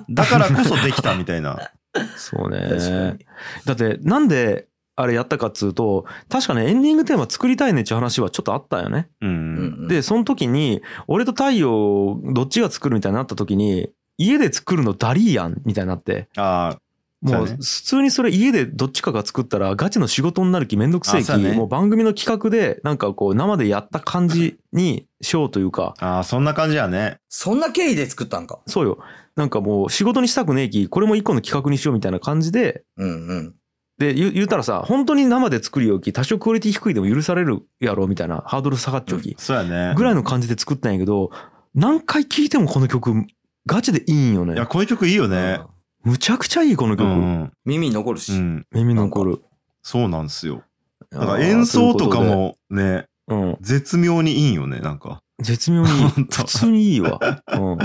S2: だからこそできたみたいな。
S1: そう
S3: 確か
S1: ね
S3: に。。
S1: だって、なんで、あれやったかっつうと、確かね、エンディングテーマ作りたいねっていう話はちょっとあったよね。
S2: う
S3: うん
S2: ん。
S3: うん
S1: で、その時に、俺と太陽、どっちが作るみたいになった時に、家で作るのダリーやんみたいになって。
S2: あそ
S1: も
S2: う
S1: う、
S2: ね
S1: 普通にそれ家でどっちかが作ったら、ガチの仕事になる気めんどくせえ
S2: あ
S1: き、
S2: そうね
S1: もう番組の企画で、なんかこう、生でやった感じにしようというか、
S2: あ、ああ、そんな感じやね。
S3: そんな経緯で作ったんか。
S1: そうよ。なんかもう仕事にしたくねえき、これも一個の企画にしようみたいな感じで、
S3: うんうん。
S1: で、言う言うたらさ、本当に生で作りよき、多少クオリティ低いでも許されるやろみたいなハードル下がっちゃうき、
S2: そうやね。
S1: ぐらいの感じで作ったんやけど、何回聴いてもこの曲、ガチでいいんよ
S2: い
S1: ね
S2: や、。こういう曲いいよね
S3: う。ん
S1: むちゃくちゃいい、この
S2: う
S1: 曲。
S2: ん。
S3: 耳に残るし。
S2: うん。
S1: 耳残る。
S2: そうなんですよ。だか
S1: あ
S2: ら
S1: ー
S2: 演奏とか。もね、
S1: ということでうん。
S2: 絶妙にいいよね、なんか。
S1: 絶妙にいい。
S2: ほんと
S1: 普通にいいわ。うん。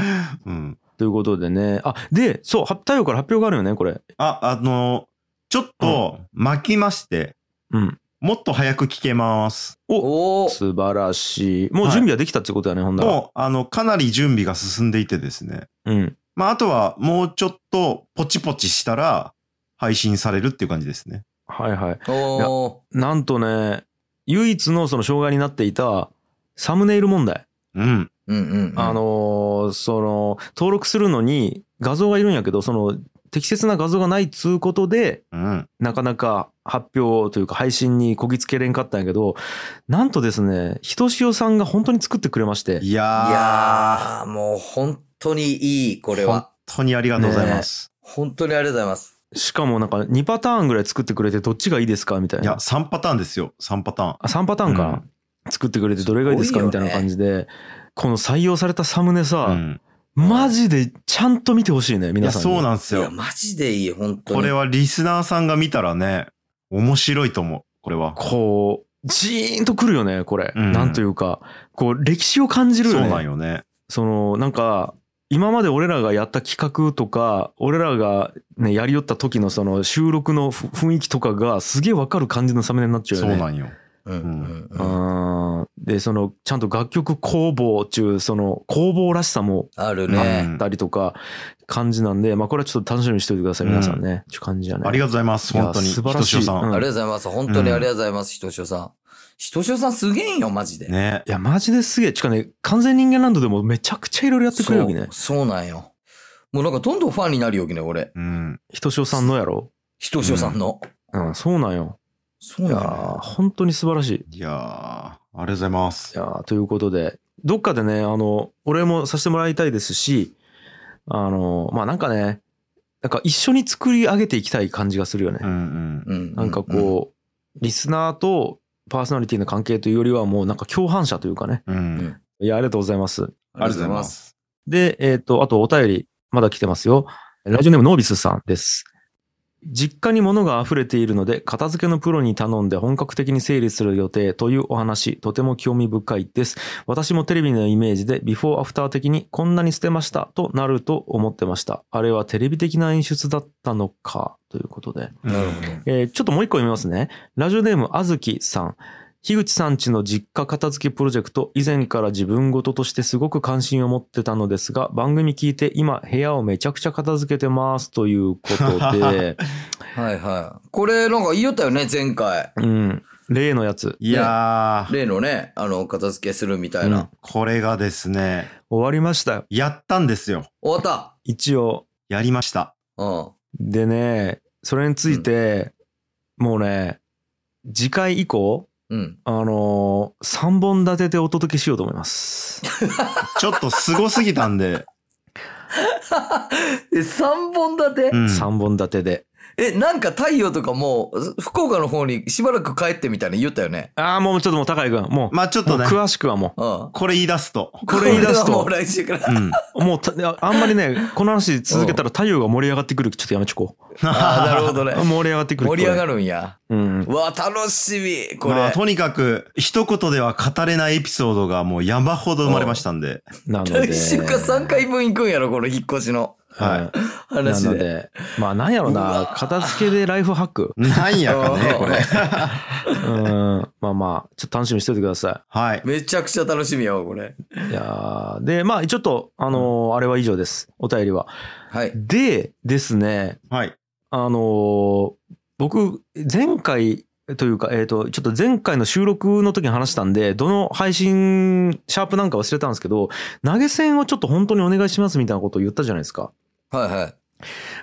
S2: うん。
S1: ということでね。あ、で、そう、は太陽から発表があるよね、これ。
S2: あ、あの、ちょっと巻きまして、
S1: うん。
S2: もっと早く聴けます。
S3: おお。
S1: 素晴らしい。もう準備はできたってことやね、ほんなら。
S2: もう、あの、かなり準備が進んでいてですね。
S1: うん。
S2: まあ、あとはもうちょっとポチポチしたら配信されるっていう感じですね。
S1: はいはい。
S3: おお。
S1: なんとね、唯一のその障害になっていたサムネイル問題。
S2: うん。
S3: うんうんうん。
S1: あのーその、登録するのに画像がいるんやけど、その、適切な画像がないっつうことで、
S2: うん。
S1: なかなか発表というか配信にこぎつけれんかったんやけど、なんとですね、ひとしおさんが本当に作ってくれまして、
S2: いやー、
S3: いやー、もう本当にいい、これ
S2: 本
S3: は。
S2: 当にありがとうございます。
S3: 本当にありがとうございます。
S1: しかもなんか2パターンぐらい作ってくれてどっちがいいですかみたい
S2: いや、
S1: な。
S2: 3パターンですよ、3パターン。
S1: あ、3パターンかな、作ってくれてどれがいいですか
S3: す
S1: み
S3: ごい
S1: た
S3: よ
S1: い
S3: ね
S1: な感じで、この採用されたサムネさ、
S2: うん、
S1: マジでちゃんと見てほしいね、
S2: いや
S1: 皆さんに。
S2: そうなんです
S3: いや、
S2: よ。
S3: マジでいい、本当に。
S2: これはリスナーさんが見たらね、面白いと思う、これは。
S1: こう、ジーンとくるよね、これ。
S2: うん
S1: なんというか、こう、歴史を感じる
S2: そう
S1: よ
S2: なん
S1: ね。
S2: よね。
S1: その、なんか、今まで俺らがやった企画とか、俺らがね、やりよった時のその収録のふ雰囲気とかがすげえわかる感じのサムネになっちゃうよ
S2: そ
S1: ね。
S2: うなんよ。
S3: うんうん
S1: う
S3: うん
S1: んで、その、ちゃんと楽曲工房中、その工房らしさも
S3: ある
S1: あ
S3: ね。
S1: ったりとか、感じなんで、まあこれはちょっと楽しみにしておいてください、皆さんね。っていう感じやね。
S2: ありがとうございます。
S1: いや
S2: 本当に。
S1: 素晴らしい
S2: ひとおさ
S1: うん
S2: ん。
S3: ありがとうございます。本当にありがとうございます、ひとしおさん。ひとしおさんすげえんよ、マジで。
S2: ね
S1: い。や、マジですげえ。ちかね、完全人間ランドでもめちゃくちゃいろいろやってくれるわけね。
S3: そうそうなんよ。もうなんかどんどんファンになるよきね、俺。
S2: うん。
S1: ひとしおさんのやろ
S3: ひとしおさんの。
S1: うん、そうなんよ。
S3: そう
S1: い
S3: な
S1: や
S3: んよ
S1: ー、本当に素晴らしい。
S2: いやー、ありがとうございます
S1: い。やーということで、どっかでね、あの、お礼もさせてもらいたいですし、あの、まあなんかね、なんか一緒に作り上げていきたい感じがするよね。
S2: うん
S3: ううん
S1: なんかこう、リスナーとパーソナリティの関係というよりはもうなんか共犯者というかね。
S2: うん。うん。
S1: いや、ありがとうございます。
S2: ありがとうございま。す。
S1: で、えっ、と、あとお便り、まだ来てますよ。ラジオネームノービスさんです。実家に物が溢れているので、片付けのプロに頼んで本格的に整理する予定というお話、とても興味深いです。私もテレビのイメージで、ビフォーアフター的にこんなに捨てましたとなると思ってました。あれはテレビ的な演出だったのか、ということで。
S3: なるほど。
S1: えーちょっともう一個読みますね。ラジオネームあずきさん。樋口さんちの実家片付けプロジェクト、以前から自分事としてすごく関心を持ってたのですが、番組聞いて今部屋をめちゃくちゃ片付けてますということ で、
S3: はいはい。これなんか言いよったよね、前回。
S1: うん、例のやつ。
S2: いやー、
S3: 例のね、あの、片付けするみた
S1: う
S3: い
S1: ん
S3: な。
S2: これがですね、
S1: 終わりましたよ。
S2: やったんですよ。
S3: 終わっ
S1: 一応。
S2: やりました。
S3: たうん。
S1: でね、それについて、もうね、次回以降、
S3: うん。
S1: あのー、3本立てでお届けしようと思います。
S2: ちょっとすごすぎた んで。
S3: え、3本立て、
S2: うん
S1: 3本立てで。
S3: え、なんか太陽とかもう、福岡の方にしばらく帰ってみたいな言ったよね。
S1: ああ、もうちょっともう高井くん、もう、
S2: まあちょっ
S1: も
S2: と
S1: う
S2: ね、
S1: 詳しくはもう。
S3: うん。
S2: これ言い出すと。
S1: これ言い出すと
S3: これはもう来週から。
S2: うん。
S1: もうたああんまり ね、この話続けたら太陽が盛り上がってくるちょっとやめちょこう。
S3: ああ、なるほどね。
S1: 盛り上がってくる。
S3: 盛り上が
S1: る。
S3: るんや。
S1: うん。
S3: わあ、楽しみ。こ
S2: まあ
S3: れ。
S2: とにかく、一言では語れないエピソードがもう山ほど生まれましたんで。
S1: なので。
S3: 来週か3回分行くんやろ、この引っ越しの
S2: は
S1: うん。な
S3: 話
S1: の
S3: で。
S1: で、まあなんやろ
S3: う
S1: な
S3: わ、
S1: 片付けでライフハック。
S2: い。なんやかね、これ。
S1: うん。まあまあ、ちょっと楽しみにしておいてくださ
S2: はい。
S3: めちゃくちゃ楽しみやわ、これ。
S1: い。いやーで、まあちょっと、あのーあれは以上です。お便りは。
S3: はい。
S1: でですね、
S2: はい。
S1: あのー僕、前回というか、えっ、と、ちょっと前回の収録の時に話したんで、どの配信、シャープなんか忘れたんですけど、投げ銭をちょっと本当にお願いしますみたいなことを言ったじゃないですか。
S3: はいはい。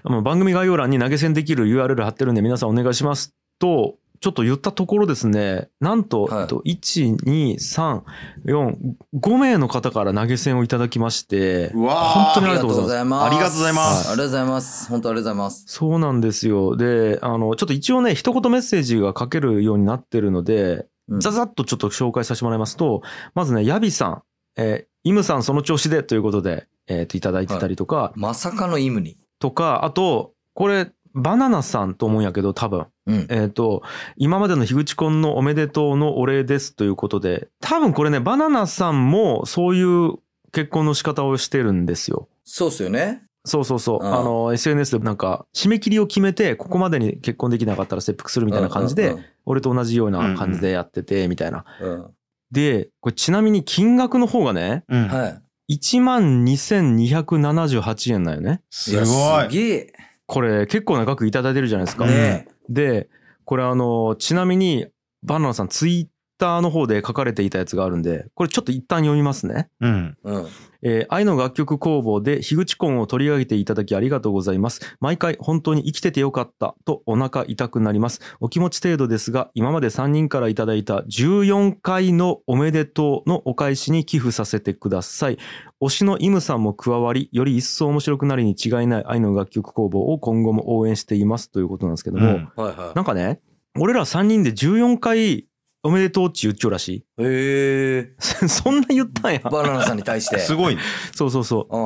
S1: まあ番組概要欄に投げ銭できる URL 貼ってるんで、皆さんお願いしますと、ちょっと言ったところですね、なんと、
S3: はい
S1: えっと1、2、3、4、5名の方から投げ銭をいただきまして、
S2: うわ
S1: 本当にありがとうございます
S2: あ
S3: いま
S2: りがとうございます
S3: ありがとうございます。本当ありがとうございます。
S1: そうなんですよ。で、あの、ちょっと一応ね、一言メッセージが書けるようになってるので、
S3: うん
S1: ざざっとちょっと紹介させてもらいますと、まずね、ヤビさん、えーイムさんその調子でということで、えっ、と、いただいてたりとか、
S3: まさかのイムに。
S1: とか、あと、これ、バナナさんと思うんやけど、多分。
S3: うん。
S1: えっ、と、今までの樋口コンのおめでとうのお礼ですということで、多分これね、バナナさんもそういう結婚の仕方をしてるんですよ。
S3: そうっすよね。
S1: そうそうそう。
S3: ああ
S1: あの、SNS でなんか、締め切りを決めて、ここまでに結婚できなかったら切腹するみたいな感じで、俺と同じような感じでやってて、みたいな。
S3: うん。うん
S1: で、これちなみに金額の方がね、
S2: うん。
S3: うんはい。
S1: 12,278円だよね。
S2: すご
S3: やす
S2: い。
S3: げえ。
S1: これ結構な額いただいてるじゃないですか。
S3: ね
S1: で、これあの、ちなみに、バナナさん、ツイッターの方で書かれていたやつがあるんで、これちょっと一旦読みますね。
S2: うん。
S3: うん。
S1: えー愛の楽曲工房で樋口コンを取り上げていただきありがとうございます。毎回本当に生きててよかったとお腹痛くなります。お気持ち程度ですが、今まで3人からいただいた14回のおめでとうのお返しに寄付させてください。推しのイムさんも加わり、より一層面白くなりに違いない愛の楽曲工房を今後も応援していますということなんですけども、
S2: うん
S3: はいは
S1: なんかね、俺ら3人で14回おめでとうって言っちゃうらしい。
S3: い。へえ。
S1: そんな言ったんや。
S3: バナナさんに対して。
S2: すごい。
S1: そうそうそう。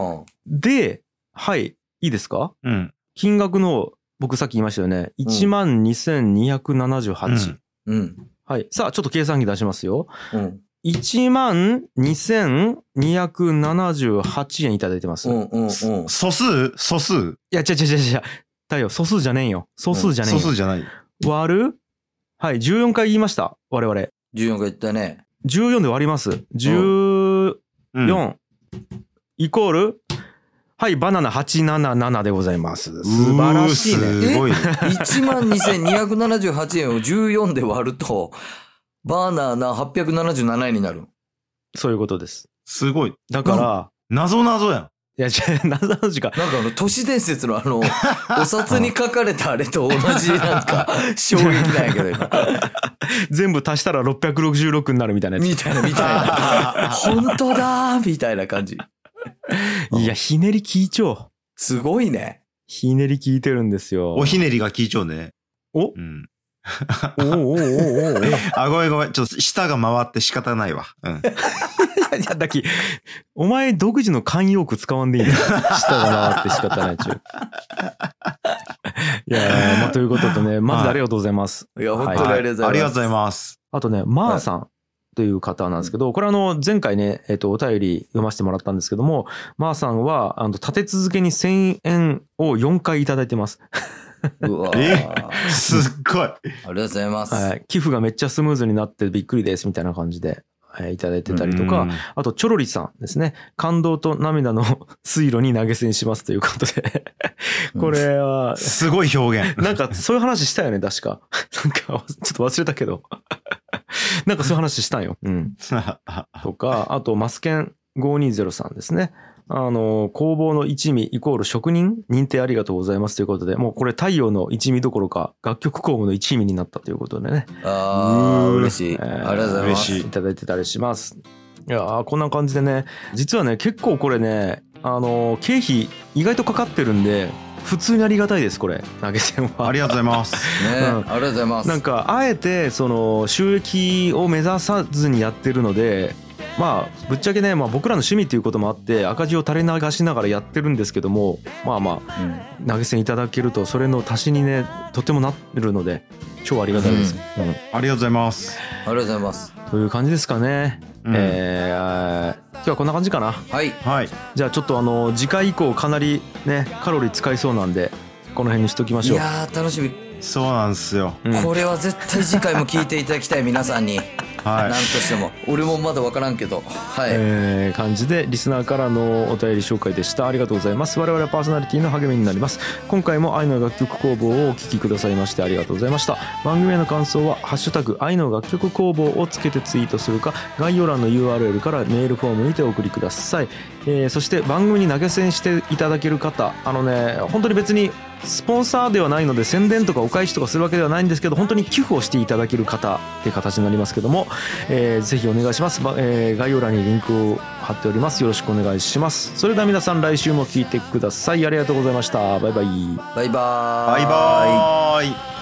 S3: うん。
S1: で、はい、いいですか
S2: うん。
S1: 金額の、僕さっき言いましたよね。
S3: ん
S1: 12,278。
S2: うん
S3: うん。
S1: はい。さあ、ちょっと計算機出しますよ。
S3: うん。
S1: 1万2278円いただいてます。
S3: う
S1: い
S3: んうんうん。
S2: 素数素数
S1: や、違う違う違う違う。太陽、素数じゃねえよ。素数じゃねえ
S2: 素
S1: よ。
S2: 数じゃない。
S1: 割るはい、14回言いました。我々。
S3: 14回言ったね。
S1: 14で割ります。14、
S2: うん
S1: イコール、はい、バナナ877でございます。
S2: う
S1: 素晴らしい
S2: ー
S1: ね。
S2: すごいね。
S3: 12,278円を14で割ると、バナナ877円になる。
S1: そういうことです。
S2: すごい。
S1: だから、
S2: 謎謎やん。
S1: いや、 違う、謎の時間。
S3: なんかあの、都市伝説のあ の、お札に書かれたあれと同じな んか、衝撃なんやけど今。
S1: 全部足したら666になるみたいなやつ。
S3: みたいな、みた いな。本当だーみたいな感じ。
S1: いや、ひねり聞いちょう。
S3: すごいね。
S1: ひねり聞いてるんですよ。
S2: おひねりが効いちゃうね。
S1: お
S2: うん。
S1: おおおおお い
S2: あ、ごめんごめん。ちょっと舌が回って仕方ないわ。うん。
S1: や、だき、お前独自の慣用句使わんでいいんだよ。舌が回って仕方ないっちゅう。いやー、まあ、ということでね、まずありがとうございます。
S3: いや、本当に
S1: はい
S3: ありがとうございます。
S2: ありがとうございます。
S1: あとね、まーさんという方なんですけど、これあの、前回ね、えっと、お便り読ませてもらったんですけども、まーさんは、あの、立て続けに1000円を4回いただいてます。
S3: うわ
S2: え
S3: ーあ
S2: すっごい。
S3: りがとうございます。
S1: はい。寄付がめっちゃスムーズになってびっくりです、みたいな感じで、えーいただいてたりと
S2: う
S1: か
S2: ん、。
S1: あと、チョロリさんですね。感動と涙の水路に投げ銭しますということで。これは、
S2: すごい表現。
S1: なんかそういう話したよね、確か。 なんか、ちょっと忘れたけど。 なんかそういう話したんよ。うん。とか、あと、マスケン520さんですね。あの、工房の一味イコール職人認定ありがとうございますということで、もうこれ太陽の一味どころか、楽曲公務の一味になったということでね。
S3: ああ、
S2: うー
S3: 嬉し
S1: え
S3: い。あり
S1: ー
S3: がとうございま
S2: 嬉し
S3: す。
S1: いただいてたりしますいやーこんな感じでね実はね結構これねあのー経費意外とかかってるんで普通にありがたいですこれ投げ銭は
S2: ありがとうございます。
S3: ね、
S1: うん
S3: ありがとうございます。
S1: なんかあえてその収益を目指さずにやってるのでまあぶっちゃけね、まあ、僕らの趣味ということもあって赤字を垂れ流しながらやってるんですけどもまあまあ
S3: うん
S1: 投げ銭いただけるとそれの足しにねとてもなってるので超ありがたいです、うん
S2: ありがとうございます。
S3: ありがとうございます。
S1: という感じですかね、
S2: うん
S1: えー今日はこんな感じかな
S3: はい。
S2: はい。
S1: じゃあちょっとあの次回以降かなりねカロリー使いそうなんでこの辺にしときま
S3: い
S1: しょう。
S3: やー、楽しみ。
S2: そうなんですよ。
S1: うん
S3: これは絶対次回も聞いていただきたい、皆さんに。なんと
S2: は
S3: しても。俺もまだわからんけど。はい。
S1: えー感じでリスナーからのお便り紹介でしたありがとうございます我々はパーソナリティの励みになります今回も愛の楽曲工房をお聴きくださいましてありがとうございました番組への感想は「ハッシュタグ愛の楽曲工房」をつけてツイートするか概要欄の URL からメールフォームにてお送りください、えーそして番組に投げ銭していただける方あのね本当に別にスポンサーではないので宣伝とかお返しとかするわけではないんですけど本当に寄付をしていただける方って形になりますけども、えーぜひお願いします、まえー概要欄にリンクを貼っておりますよろしくお願いしますそれでは皆さん来週も聞いてくださいありがとうございましたバイバイ
S3: バイバー
S2: い。バイバーイ。